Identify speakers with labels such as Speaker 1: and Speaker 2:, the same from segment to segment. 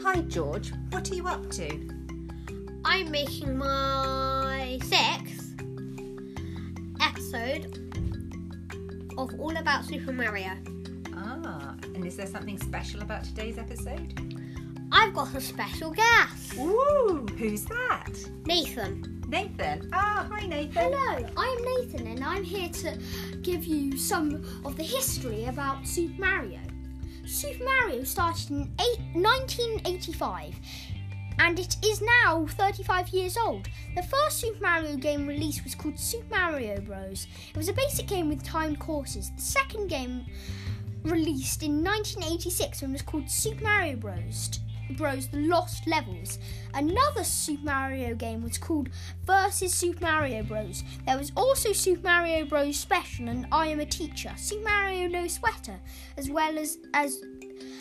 Speaker 1: Hi George, what are you up to?
Speaker 2: I'm making my sixth episode of All About Super Mario.
Speaker 1: Ah, and is there something special about today's episode?
Speaker 2: I've got a special guest,
Speaker 1: Ooh, who's that?
Speaker 2: Nathan.
Speaker 1: Nathan. Ah, hi Nathan.
Speaker 3: Hello, I'm Nathan and I'm here to give you some of the history about Super Mario. Super Mario started in eight, 1985 and it is now 35 years old. The first Super Mario game released was called Super Mario Bros. It was a basic game with timed courses. The second game released in 1986 and was called Super Mario Bros. Bros. The Lost Levels. Another Super Mario game was called Versus Super Mario Bros. There was also Super Mario Bros. Special and I Am a Teacher, Super Mario No Sweater, as well as as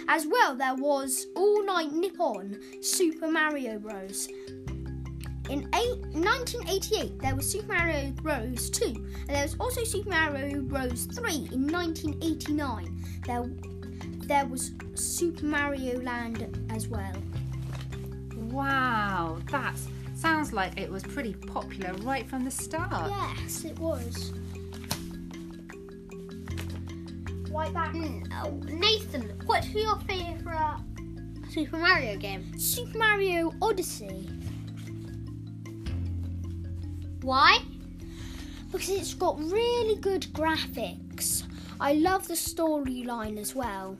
Speaker 3: as well there was All Night Nippon Super Mario Bros. In eight, 1988, there was Super Mario Bros. 2, and there was also Super Mario Bros. 3 in 1989. There, there was Super Mario Land as well.
Speaker 1: Wow, that sounds like it was pretty popular right from the start.
Speaker 3: Yes, it was. Right back.
Speaker 2: Mm, oh, Nathan, what's your favourite Super Mario game?
Speaker 3: Super Mario Odyssey,
Speaker 2: Why?
Speaker 3: because it's got really good graphics. I love the storyline as well.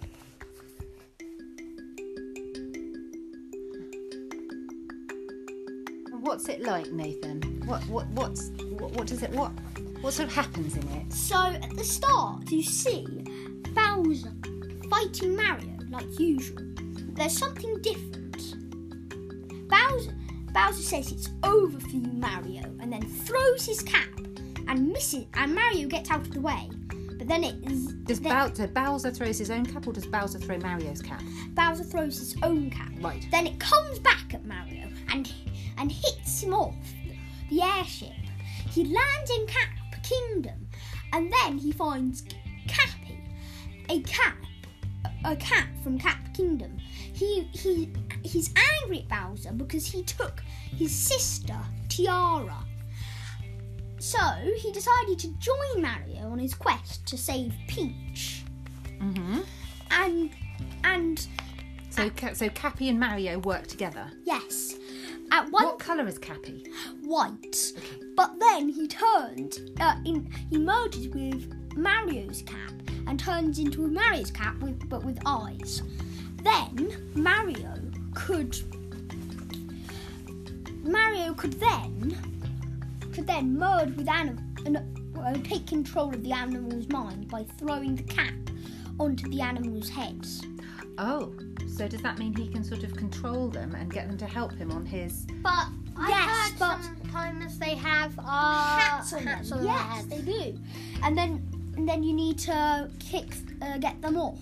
Speaker 1: What's it like, Nathan? What what what's what, what does it what what sort of happens in it?
Speaker 3: So at the start, you see Bowser fighting Mario like usual. There's something different. Bowser, Bowser says it's over for you, Mario, and then throws his cap and misses, and Mario gets out of the way. But then it is
Speaker 1: Does
Speaker 3: then
Speaker 1: Bowser, Bowser throws his own cap or does Bowser throw Mario's cap?
Speaker 3: Bowser throws his own cap.
Speaker 1: Right.
Speaker 3: Then it comes back at Mario and and hits him off the airship. He lands in Cap Kingdom, and then he finds Cappy, a cat, a cat from Cap Kingdom. He he he's angry at Bowser because he took his sister Tiara. So he decided to join Mario on his quest to save Peach,
Speaker 1: Mm-hmm.
Speaker 3: and and
Speaker 1: So Ca- so Cappy and Mario work together.
Speaker 3: yes, at one
Speaker 1: What colour is Cappy?
Speaker 3: white. But then he turned, uh, in, he merges with Mario's cap and turns into Mario's cap, with, but with eyes. Then Mario could, Mario could then, could then merge with animal, uh, take control of the animal's mind by throwing the cap onto the animal's heads.
Speaker 1: Oh, so does that mean he can sort of control them and get them to help him on his?
Speaker 2: But I
Speaker 3: Yes,
Speaker 2: heard
Speaker 3: but-
Speaker 2: sometimes they have uh,
Speaker 3: hats on
Speaker 2: hats
Speaker 3: them.
Speaker 2: on their
Speaker 3: yes,
Speaker 2: heads.
Speaker 3: they do. And then and then you need to kick, uh, get them off.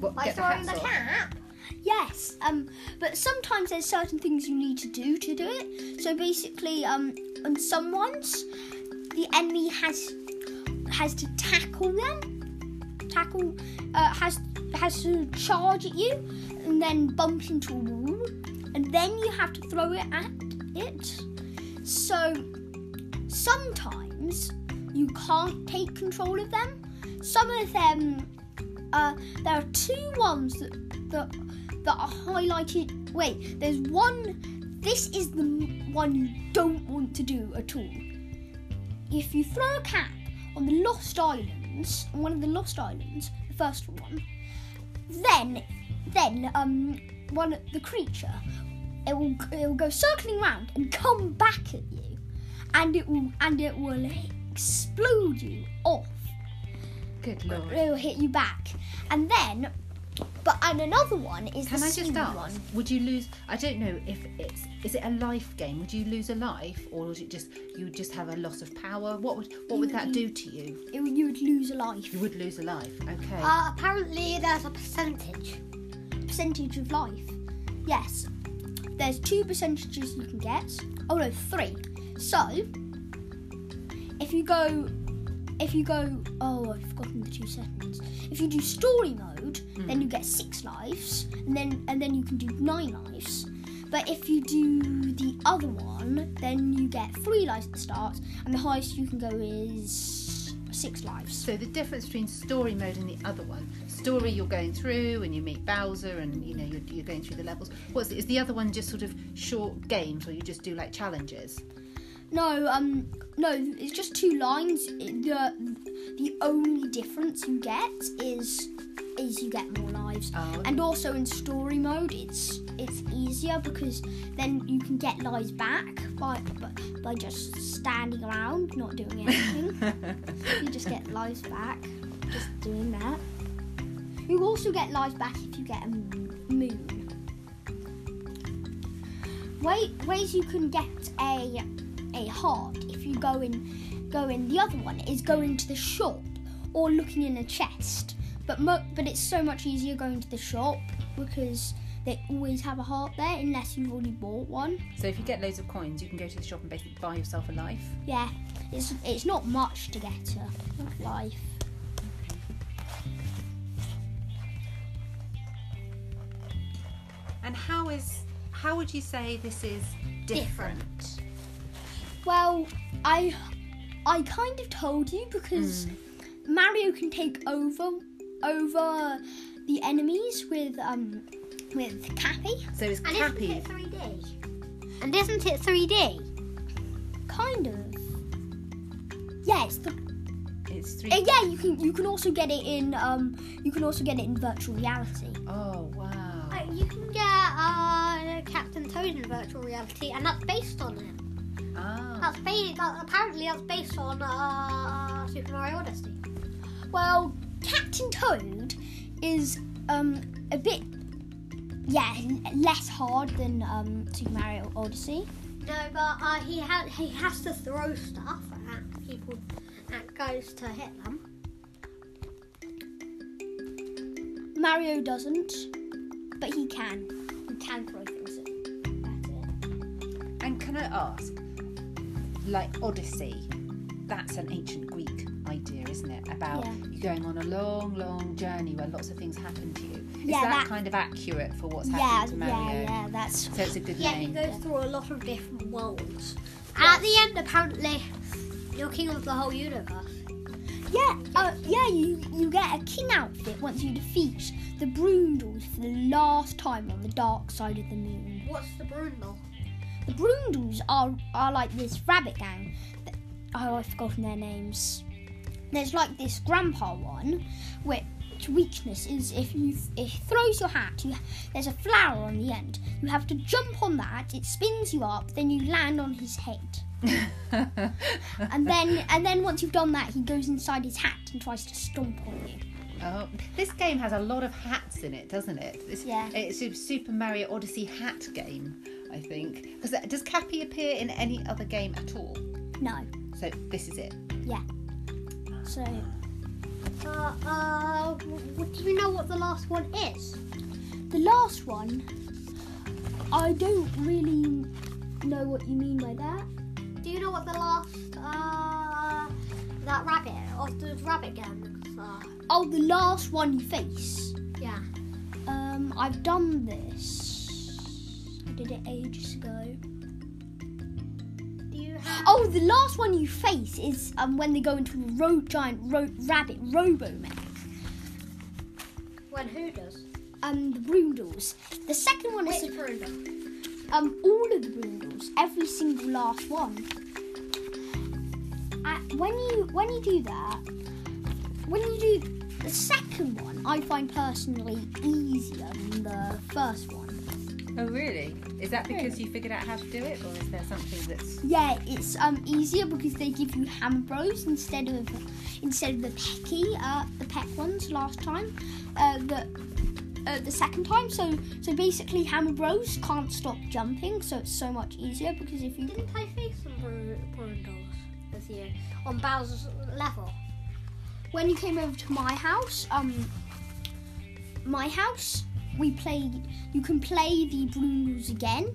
Speaker 1: What,
Speaker 2: By
Speaker 1: get the
Speaker 2: throwing
Speaker 1: hats
Speaker 2: the
Speaker 1: off?
Speaker 2: cap.
Speaker 3: Yes. Um. But sometimes there's certain things you need to do to do it. So basically, um, on some ones, the enemy has has to tackle them, tackle, uh, has has to charge at you, and then bump into a wall, and then you have to throw it at it. So sometimes you can't take control of them. Some of them, uh, there are two ones that that that are highlighted. Wait, there's one. This is the m- one you don't want to do at all. If you throw a cap on the Lost Islands, on one of the Lost Islands, the first one, then then um one the creature it will it will go circling round and come back at you, and it will and it will explode you off
Speaker 1: Good lord.
Speaker 3: it'll hit you back. And then, but and another one is
Speaker 1: Can
Speaker 3: the
Speaker 1: I just
Speaker 3: smooth
Speaker 1: ask?
Speaker 3: one.
Speaker 1: Would you lose? I don't know if it's is it a life game. Would you lose a life, or would it just you would just have a loss of power? What would what would that do to you?
Speaker 3: It, would- you would lose a life
Speaker 1: You would lose a life. Okay.
Speaker 2: Uh, apparently there's a percentage.
Speaker 3: percentage of life. Yes, there's two percentages you can get. Oh no, three. So if you go if you go, oh, I've forgotten the two settings. If you do story mode, then you get six lives, and then and then you can do nine lives. But if you do the other one, then you get three lives at the start, and the highest you can go is six lives.
Speaker 1: So the difference between story mode and the other one, story you're going through and you meet Bowser and you know you're, you're going through the levels. What's is the other one just sort of short games where you just do like challenges?
Speaker 3: No, um, no, it's just two lines. It- The the only difference you get is is you get more lives.
Speaker 1: Oh,
Speaker 3: And also in story mode, it's it's easier because then you can get lives back by by- by just standing around, not doing anything. you just get lives back just doing that. You also get lives back if you get a moon. moon. Way, ways you can get a a heart if you go in go in the other one is going to the shop or looking in a chest. But mo- but it's so much easier going to the shop because they always have a heart there unless you've already bought one.
Speaker 1: so if you get loads of coins, you can go to the shop and basically buy yourself a life.
Speaker 3: Yeah, it's it's not much to get a life.
Speaker 1: And how is how would you say this is different?
Speaker 3: Well, I I kind of told you because Mario can take over over the enemies with um with Cappy,
Speaker 1: So is
Speaker 2: And
Speaker 1: Cappy
Speaker 2: isn't it 3D? And isn't it 3D?
Speaker 3: kind of. Yes, the,
Speaker 1: it's three
Speaker 3: uh, yeah. You can you can also get it in um you can also get it in virtual reality.
Speaker 1: Oh wow.
Speaker 2: Uh, you can get uh, Captain Toad in virtual reality, and that's based on it.
Speaker 1: Ah.
Speaker 2: That's based. That, apparently, that's based on uh, Super Mario Odyssey.
Speaker 3: Well, Captain Toad is um a bit yeah l- less hard than um Super Mario Odyssey.
Speaker 2: No, but uh, he ha- he has to throw stuff at people, at guys to hit them.
Speaker 3: Mario doesn't, but he can. He can throw things at it. Oh.
Speaker 1: And can I ask, like Odyssey, that's an ancient Greek idea, isn't it? About
Speaker 3: Yeah.
Speaker 1: you going on a long, long journey where lots of things happen to you. Is
Speaker 3: Yeah,
Speaker 1: that,
Speaker 3: that-
Speaker 1: kind of accurate for what's
Speaker 3: Yeah,
Speaker 1: happened to Mario?
Speaker 3: yeah, yeah, that's.
Speaker 1: So it's a good
Speaker 2: Yeah, he
Speaker 1: name.
Speaker 2: goes through a lot of different worlds. And at the end, apparently, you're king of the whole universe.
Speaker 3: Yeah, uh, yeah, you, you get a king outfit once you defeat the Brundles for the last time on the dark side of the moon.
Speaker 2: What's the Brundle?
Speaker 3: The Brundles are, are like this rabbit gang. that- Oh, I've forgotten their names. There's like this grandpa one, which weakness is if you it throws your hat, you, there's a flower on the end. You have to jump on that. It spins you up, then you land on his head. and then and then once you've done that, he goes inside his hat and tries to stomp on you.
Speaker 1: Oh, this game has a lot of hats in it, doesn't it? It's,
Speaker 3: Yeah.
Speaker 1: It's a Super Mario Odyssey hat game, I think. Because does Cappy appear in any other game at all?
Speaker 3: No,
Speaker 1: So this is it.
Speaker 3: so
Speaker 2: Uh, uh, w- w- do you know what the last one is?
Speaker 3: the last one, I don't really know what you mean by that.
Speaker 2: Do you know what the last uh that rabbit of the rabbit gang? Uh,
Speaker 3: Oh, the last one you face.
Speaker 2: yeah.
Speaker 3: Um, I've done this. I did it ages ago.
Speaker 2: Do you have?
Speaker 3: Oh, the last one you face is um when they go into a ro- giant ro- rabbit robo mech.
Speaker 2: When who does?
Speaker 3: Um, the Brundles. The second one
Speaker 2: Which
Speaker 3: is
Speaker 2: Brundle?
Speaker 3: um all of the Brundles, every single last one. Uh, when you when you do that, when you do the second one, I find personally easier than the first one.
Speaker 1: Oh really? Is that because you figured out how to do it, or is there something that's
Speaker 3: Yeah, it's um easier because they give you hammer bros instead of instead of the pecky uh the peck ones last time, uh the uh, the second time. So so basically hammer bros can't stop jumping, so it's so much easier because if you
Speaker 2: Didn't I face some Bru- Brundles this year on Bowser's level?
Speaker 3: when you came over to my house, um, my house we played. You can play the Brundles again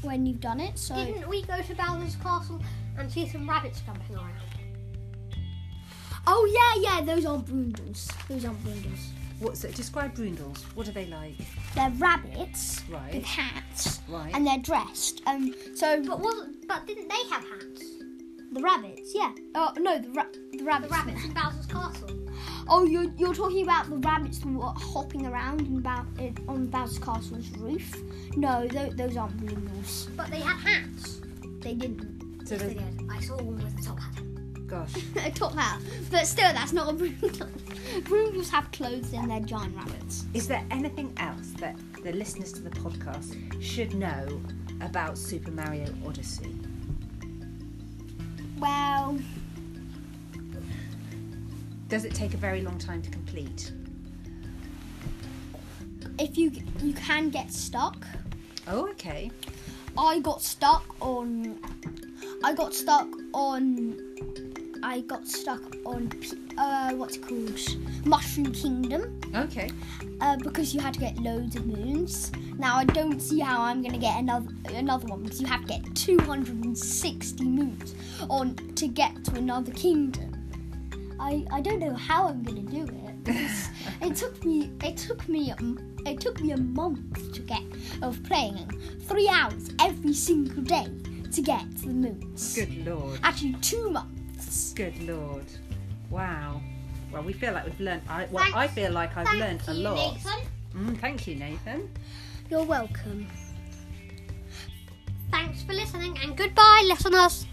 Speaker 3: when you've done it.
Speaker 1: Oh.
Speaker 3: So
Speaker 2: Mm-hmm. Didn't we go to Bowser's castle and see some rabbits jumping around?
Speaker 3: Oh yeah, yeah, those aren't brundles. Those aren't brundles.
Speaker 1: What's it? Describe Brundles. What are they like?
Speaker 3: They're rabbits with
Speaker 1: Right,
Speaker 3: hats,
Speaker 1: right.
Speaker 3: and they're dressed. Um, so
Speaker 2: But was but didn't they have hats?
Speaker 3: the rabbits, yeah. Oh no, the, ra- the
Speaker 2: The
Speaker 3: rabbits.
Speaker 2: rabbits in Bowser's castle.
Speaker 3: Oh, you're, you're talking about the rabbits that were hopping around in Bow- in- on Bowser Castle's roof? No, tho- those aren't brundles.
Speaker 2: But they had hats.
Speaker 3: They didn't.
Speaker 1: so
Speaker 2: yes, they
Speaker 1: there's,
Speaker 2: did. I saw one with a top hat.
Speaker 1: gosh,
Speaker 3: a top hat, but still, that's not a brundle. brundles have clothes and they're giant rabbits.
Speaker 1: is there anything else that the listeners to the podcast should know about Super Mario Odyssey?
Speaker 3: Well,
Speaker 1: Does it take a very long time to complete?
Speaker 3: if you you can get stuck,
Speaker 1: Oh, okay.
Speaker 3: I got stuck on. I got stuck on. I got stuck on. P- Uh, what's it called? Mushroom Kingdom.
Speaker 1: Okay.
Speaker 3: Uh, because you had to get loads of moons. Now I don't see how I'm gonna get another another one because you have to get 260 moons on to get to another kingdom. I, I don't know how I'm gonna do it. because it took me it took me um, it took me a month to get of playing three hours every single day to get to the moons.
Speaker 1: Good lord.
Speaker 3: Actually, two months.
Speaker 1: Good lord. Wow. Well, we feel like we've learned. I, well, I feel like I've learned a lot. Mm, thank you, Nathan.
Speaker 3: You're welcome.
Speaker 2: Thanks for listening and goodbye, listeners.